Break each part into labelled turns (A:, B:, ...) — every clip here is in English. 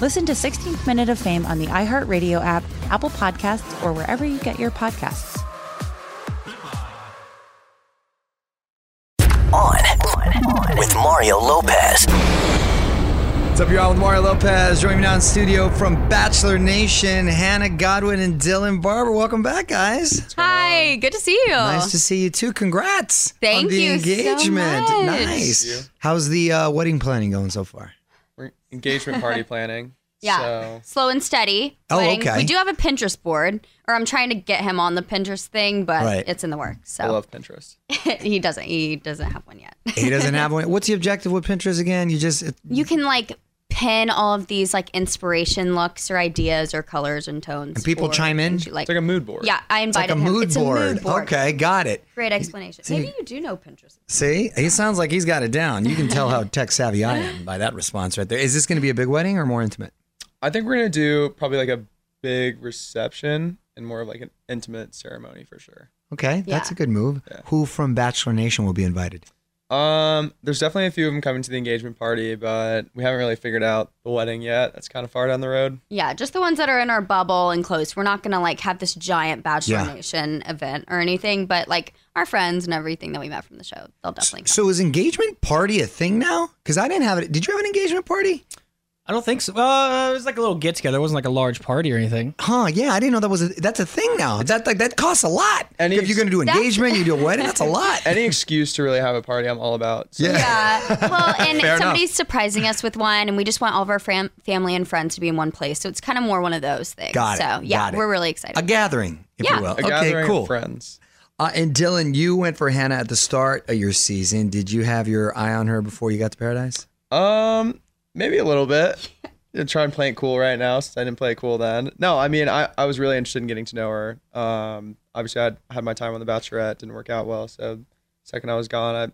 A: Listen to 16th Minute of Fame on the iHeartRadio app, Apple Podcasts, or wherever you get your podcasts.
B: On, on with Mario Lopez.
C: What's up, y'all? With Mario Lopez. Joining me now in studio from Bachelor Nation, Hannah Godwin and Dylan Barber. Welcome back, guys.
D: Hi, good to see you.
C: Nice to see you too. Congrats.
D: Thank
C: on the
D: you so
C: engagement.
D: much.
C: Nice. How's the uh, wedding planning going so far?
E: We're engagement party planning.
D: Yeah,
E: So
D: slow and steady.
C: Oh,
D: wedding.
C: okay.
D: We do have a Pinterest board, or I'm trying to get him on the Pinterest thing, but
C: Right.
D: it's in the works.
E: I
D: So
E: love Pinterest.
D: he doesn't. He doesn't have one yet.
C: He doesn't have one. What's the objective with Pinterest again? You just it-
D: you can like pin all of these like inspiration looks or ideas or colors and tones.
C: And people
D: for
C: chime in?
D: things you Like,
E: It's like a mood board.
D: yeah, I
C: it's like
D: invited
C: a
D: him.
C: mood,
D: it's
C: board.
D: a mood board.
C: Okay, got it.
D: Great explanation. Maybe you do know Pinterest.
C: See, he sounds like he's got it down. You can tell how tech savvy I am by that response right there. Is this going to be a big wedding or more intimate?
E: I think we're gonna do probably like a big reception and more of like an intimate ceremony for sure.
C: Okay, that's
D: Yeah.
C: a good move. Who from Bachelor Nation will be invited?
E: Um, there's definitely a few of them coming to the engagement party, but we haven't really figured out the wedding yet. That's kind of far down the road.
D: Yeah, just the ones that are in our bubble and close. We're not gonna like have this giant Bachelor
C: Yeah.
D: Nation event or anything, but like our friends and everything that we met from the show, they'll definitely come.
C: So is engagement party a thing now? Because I didn't have it. Did you have an engagement party?
F: I don't think so. Uh, it was like a little get together. It wasn't like a large party or anything.
C: Huh? Yeah, I didn't know that was. A, that's a thing now. That like that costs a lot.
E: Any-
C: if you're going to do
D: That's-
C: engagement, you do a wedding. That's a lot.
E: Any excuse to really have a party, I'm all about. So
C: Yeah.
D: Yeah. Well, and
C: Fair enough.
D: somebody's surprising us with one, and we just want all of our fam- family and friends to be in one place. So it's kind of more one of those things.
C: Got it,
D: so yeah,
C: got it.
D: we're really excited.
C: a gathering, if
D: Yeah.
C: you will.
E: A
C: okay,
E: gathering
C: cool.
E: of friends.
C: Uh, and Dylan, you went for Hannah at the start of your season. Did you have your eye on her before you got to Paradise?
E: Um, maybe a little bit. I'm trying to play it cool right now since I didn't play it cool then. No, I mean I, I was really interested in getting to know her. Um, obviously I had my time on The Bachelorette didn't work out well, so second I was gone, I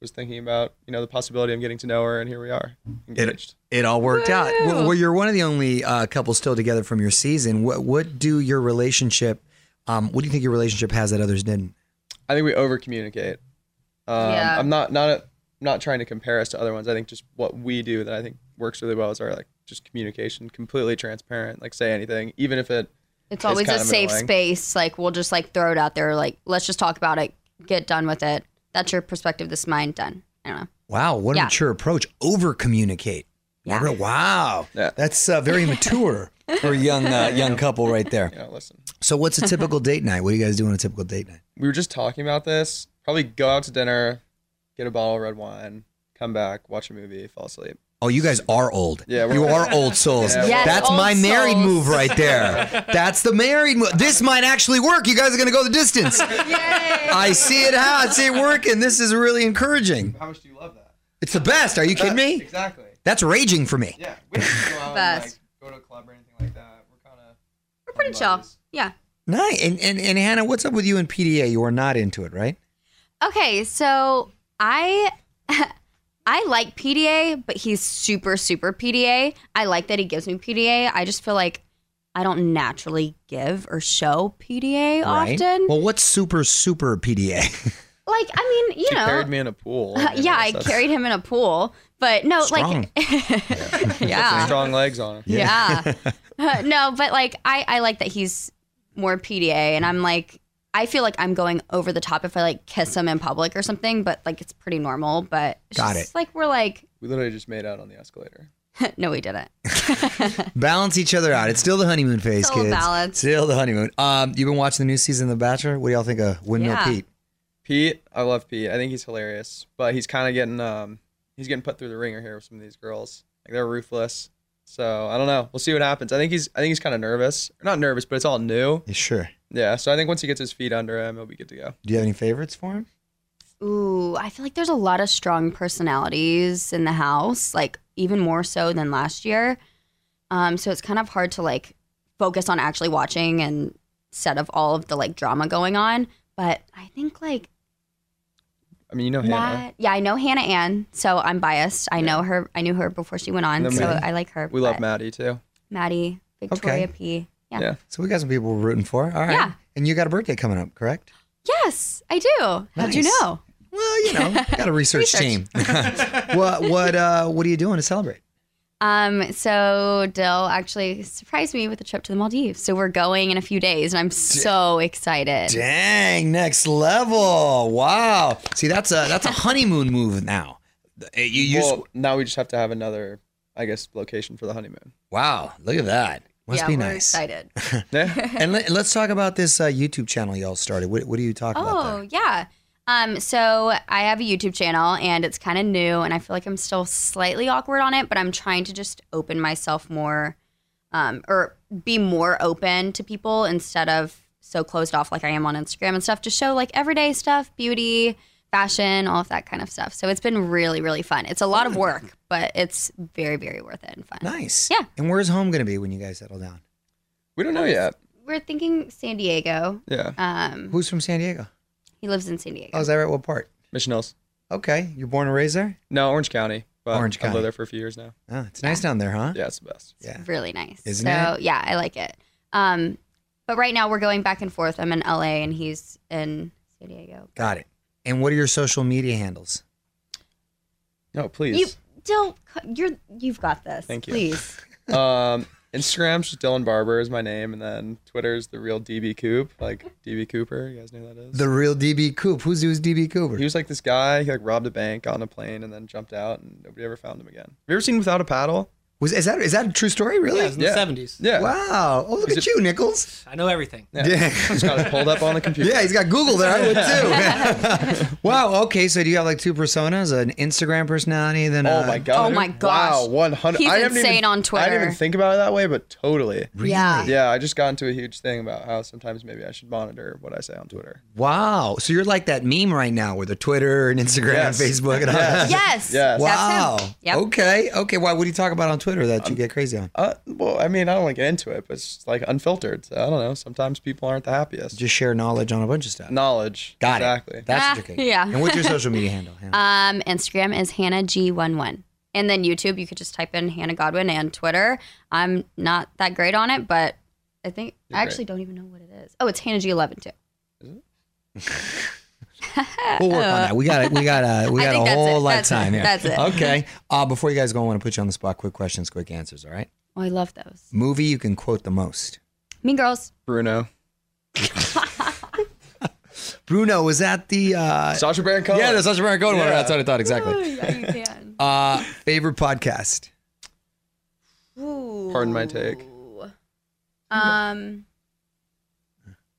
E: was thinking about you know the possibility of getting to know her, and here we are engaged.
C: It all worked out. Well, well, you're one of the only uh, couple still together from your season. What what do your relationship? Um, what do you think your relationship has that others didn't?
E: I think we over communicate. Um,
D: Yeah.
E: I'm not not not trying to compare us to other ones. I think just what we do that I think works really well is our like just communication, completely transparent. Like say anything, even if it
D: it's
E: it's
D: always a
E: kind of
D: safe
E: annoying.
D: space. Like we'll just like throw it out there. Like let's just talk about it. Get done with it. That's your perspective. This is mine. Done. I don't know.
C: Wow, what a
D: Yeah.
C: mature approach. Over communicate.
D: Yeah.
C: Wow,
E: Yeah.
C: that's uh, very mature for a young uh, young couple right there.
E: you know listen.
C: So, what's a typical date night? What do you guys do on a typical date night?
E: we were just talking about this. Probably go out to dinner, get a bottle of red wine, come back, watch a movie, fall asleep.
C: Oh, you guys are old.
E: Yeah, we're-
C: you are old souls.
E: Yeah, we're
D: Yes,
C: That's
D: old
C: my married
D: souls.
C: move right there. That's the married move. This might actually work. You guys are going to go the distance. I see it how I see it working. This is really encouraging.
E: How much do you love that?
C: It's the best. Are you kidding me?
E: Exactly.
C: That's raging for me.
E: Yeah. We don't go out and, like,
D: Best.
E: go to a club or anything like that. We're kind of.
D: We're pretty chill. Yeah.
C: Nice. And, and and Hannah, what's up with you and PDA? You are not into it, right?
D: Okay, so I I like PDA, but he's super super PDA. I like that he gives me PDA. I just feel like I don't naturally give or show PDA
C: Right?
D: often.
C: Well, what's super super PDA?
D: like I mean, you
E: She
D: know,
E: carried me in a pool. I mean,
D: yeah, I
E: that's- that's-
D: carried him in a pool, but no,
C: Strong.
D: like
E: some
D: yeah.
E: Strong legs on her.
D: Yeah. Uh, no, but like I, I like that he's more PDA and I'm like I feel like I'm going over the top if I like kiss him in public or something, but like it's pretty normal. But it's
C: Got
D: just,
C: it.
D: like we're like,
E: We literally just made out on the escalator.
D: no, we didn't.
C: balance each other out. It's still the honeymoon phase,
D: Still a
C: kids.
D: balance.
C: Still the honeymoon. Um, you've been watching the new season of The Bachelor. What do y'all think of Windmill
D: Yeah.
C: Pete?
E: Pete, I love Pete. I think he's hilarious, but he's kind of getting um he's getting put through the ringer here with some of these girls. Like they're ruthless. So I don't know. We'll see what happens. I think he's I think he's kind of nervous. Not nervous, but it's all new.
C: Yeah, sure.
E: Yeah. So I think once he gets his feet under him, he'll be good to go.
C: Do you have any favorites for him?
D: Ooh, I feel like there's a lot of strong personalities in the house, like even more so than last year. Um, so it's kind of hard to like focus on actually watching and set of all of the like drama going on. But I think like
E: I mean, you know Oh, Hannah.
D: Matt- yeah, I know Hannah Ann, so I'm biased. I know her. I knew her before she went on,
E: And
D: so
E: then Maddie.
D: I like her.
E: We love
D: but
E: Maddie too.
D: Maddie, Victoria
C: Okay.
D: P. Yeah.
E: Yeah.
C: So we got some people we're rooting for. All right.
D: Yeah.
C: And you got a birthday coming up, correct?
D: Yes, I do. How'd you
C: Nice.
D: know?
C: Well, you know, got a research,
D: Research.
C: team. what what uh, what are you doing to celebrate?
D: Um, so Dill actually surprised me with a trip to the Maldives. So we're going in a few days, and I'm so excited.
C: Dang, next level! Wow. See, that's a that's a honeymoon move now. eh, You, you just-
E: well, now we just have to have another, I guess, location for the honeymoon.
C: wow, look at that. Must
D: yeah,
C: be
D: we're
C: nice.
D: excited.
E: Yeah.
C: And let, us talk about this uh, YouTube channel y'all started. What, what do you talk about
D: oh
C: there?
D: yeah. Um, so I have a YouTube channel, and it's kind of new, and I feel like I'm still slightly awkward on it, but I'm trying to just open myself more, um, or be more open to people instead of so closed off like I am on Instagram and stuff. To show like everyday stuff, beauty, fashion, all of that kind of stuff. So it's been really, really fun. It's a lot of work, but it's very, very worth it and fun.
C: Nice.
D: Yeah.
C: And where's home going to be when you guys settle down?
E: we don't know yet.
D: We're thinking San Diego.
E: Yeah.
D: Um,
C: Who's from San Diego?
D: he lives in San Diego.
C: Oh, is that right? What part?
E: Mission Hills.
C: Okay. You're born and raised there?
E: No, Orange County. But
C: Orange
E: I've
C: County.
E: lived there for a few years now.
C: Oh, it's nice down there, huh?
E: Yeah, it's the best.
C: Yeah.
D: really nice.
C: Isn't
D: so, yeah, I like it. Um, but right now we're going back and forth. I'm in LA and he's in San Diego.
C: Got it. And what are your social media handles?
E: No,
D: You
E: please.
D: don't. c- You're you've got this.
E: Thank you.
D: Please.
E: Um, Instagram's just Dylan Barber is my name, and then Twitter's the real DB Coop, like DB Cooper. You guys know who that is.
C: The real DB Coop. Who's who's DB Cooper?
E: he was like this guy. He like robbed a bank, got on a plane, and then jumped out, and nobody ever found him again. Have you ever seen Without a Paddle?
C: Was is that is that a true story? Really?
F: Yeah, it was in
E: Yeah.
F: the 70s.
E: Yeah.
C: Wow. Oh, look
E: Is
C: at
E: it-
C: you, Nichols.
F: I know everything.
E: Yeah. He's got it pulled up on the computer.
C: Yeah, he's got Google there. I would too. wow. Okay. So do you have like two personas, an Instagram personality, then? uh,
E: Oh
C: a-
E: my god.
D: Oh my gosh.
E: Wow, one hundred.
D: He's
E: I didn't
D: insane
E: even,
D: on
E: I didn't
D: Twitter.
E: even think about it that way, but totally.
D: Yeah.
E: Yeah, I just got into a huge thing about how sometimes maybe I should monitor what I say on Twitter.
C: Wow. So you're like that meme right now with the Twitter and Instagram,
E: Yes.
C: Facebook, and all that.
D: Yes.
E: Yes.
C: Wow.
D: That's him. Yep.
C: Okay. Okay. Why? What do you talk about on Twitter that you get crazy on?
E: Uh, well, I mean, I don't want to get into it, but it's just, like unfiltered. So I don't know. Sometimes people aren't the happiest.
C: Just share knowledge on a bunch of stuff.
E: knowledge.
C: Got
E: exactly.
C: it. That's what
D: Ah,
C: you're getting.
D: yeah.
C: And what's your social media handle? Hannah?
D: Um, Instagram is Hannah G11. And then YouTube, you could just type in Hannah Godwin and Twitter. I'm not that great on it, but I think I
E: great.
D: actually don't even know what it is. Oh, it's Hannah G11 too.
C: we'll work on that. We got it. We got a we
D: Uh,
C: got
D: I think
C: a
D: that's
C: whole
D: it.
C: lot
D: That's it.
C: of time here.
D: That's it.
C: Okay. Uh, before you guys go, I want to put you on the spot. Quick questions, quick answers. All right.
D: Oh, I love those.
C: Movie you can quote the most.
D: Mean Girls.
E: Bruno.
C: Bruno was that the uh,
E: Sasha Baron Cohen.
C: yeah the Sacha Baron Cohen one.
E: Yeah.
C: That's what I thought exactly.
D: Yeah, you can.
C: Uh, favorite podcast.
E: Pardon my take.
D: Um.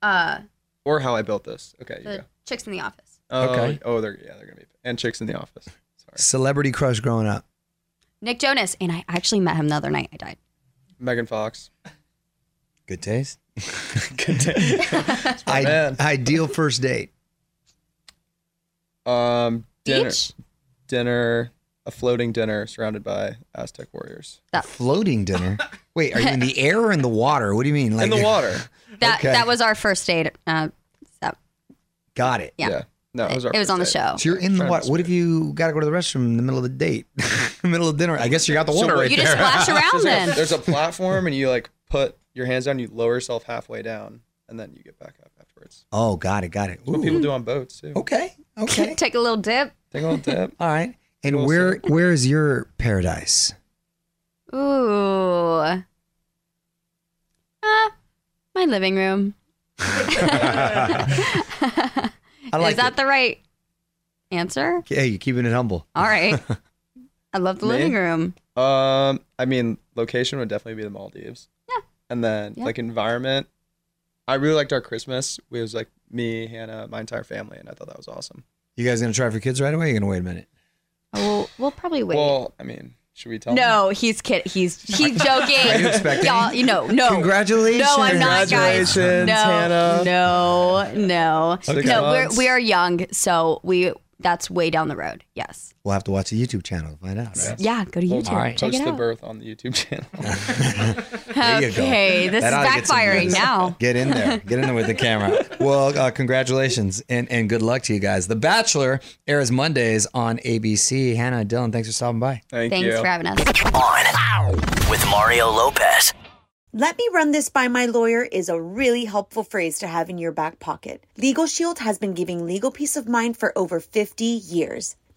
D: Uh,
E: Or how I built this. Okay, you
D: the
E: go.
D: chicks in the office.
E: Oh,
C: Okay.
E: Oh, they're yeah, they're gonna be and chicks in the office. Sorry.
C: Celebrity crush growing up.
D: Nick Jonas. And I actually met him the other night. I died.
E: Megan Fox.
C: Good taste.
E: Good day.
C: I,
E: man.
C: ideal first date.
E: Um, dinner,
D: Beach?
E: dinner, a floating dinner surrounded by Aztec warriors
D: That
C: Floating dinner. Wait, are you in the air or in the water? What do you mean? Like
E: in the water.
D: that
C: Okay.
D: that was our first date. Uh, so
C: Got it.
D: Yeah.
E: Yeah. No, it was our
D: it was
E: first
D: on the
E: date.
D: show.
C: So you're in the
E: Trying to
C: water. What if you got to go to the restroom in the middle of the date, middle of dinner? I guess you got the water right
D: You
C: there.
D: just splash around then.
E: There's a platform, and you like put your hands down, you lower yourself halfway down, and then you get back up afterwards.
C: oh, got it, got it.
E: What
C: Ooh.
E: people do on boats
D: Oh.
E: too.
C: Okay, okay,
D: Take a little dip.
E: Take a little dip.
C: all right. And
E: Well
C: where
E: said.
C: where is your paradise?
D: Ooh. Uh, my living room.
C: I like
D: Is that
C: it.
D: the right answer?
C: Hey, you're keeping it humble.
D: All right. I love the
E: Me?
D: living room.
E: Um, I mean, location would definitely be the Maldives.
D: Yeah.
E: And then
D: Yeah.
E: like environment, I really liked our Christmas. It was like me, Hannah, my entire family, and I thought that was awesome.
C: You guys gonna try for kids right away? Or you gonna wait a minute?
D: Oh, we'll, we'll probably wait.
E: Well, I mean, should we tell? them?
D: no, he's kid. He's he's joking.
C: Are you expecting?
D: Y'all, you know, no.
C: Congratulations.
D: No, I'm not, guys. No,
E: Congratulations, Hannah.
D: no, no,
E: Six
D: no. We're,
E: months.
D: we are young, so we that's way down the road. Yes.
C: We'll have to watch the YouTube channel to find out. Right?
D: Yeah. Go to
E: We'll
D: YouTube. Check
E: post
D: it
E: the
D: out.
E: birth on the YouTube channel.
C: There you go.
D: Okay, this
C: That ought to get
D: is
C: some
D: backfiring
C: views.
D: now.
C: Get in there. Get in there with the camera. Well, uh, congratulations and, and good luck to you guys. The Bachelor airs Mondays on ABC. Hannah, Dylan, thanks for stopping by.
E: Thank
D: Thanks
E: you.
D: for having us.
B: On with Mario Lopez.
G: Let me run this by my lawyer is a really helpful phrase to have in your back pocket. Legal Shield has been giving legal peace of mind for over 50 years.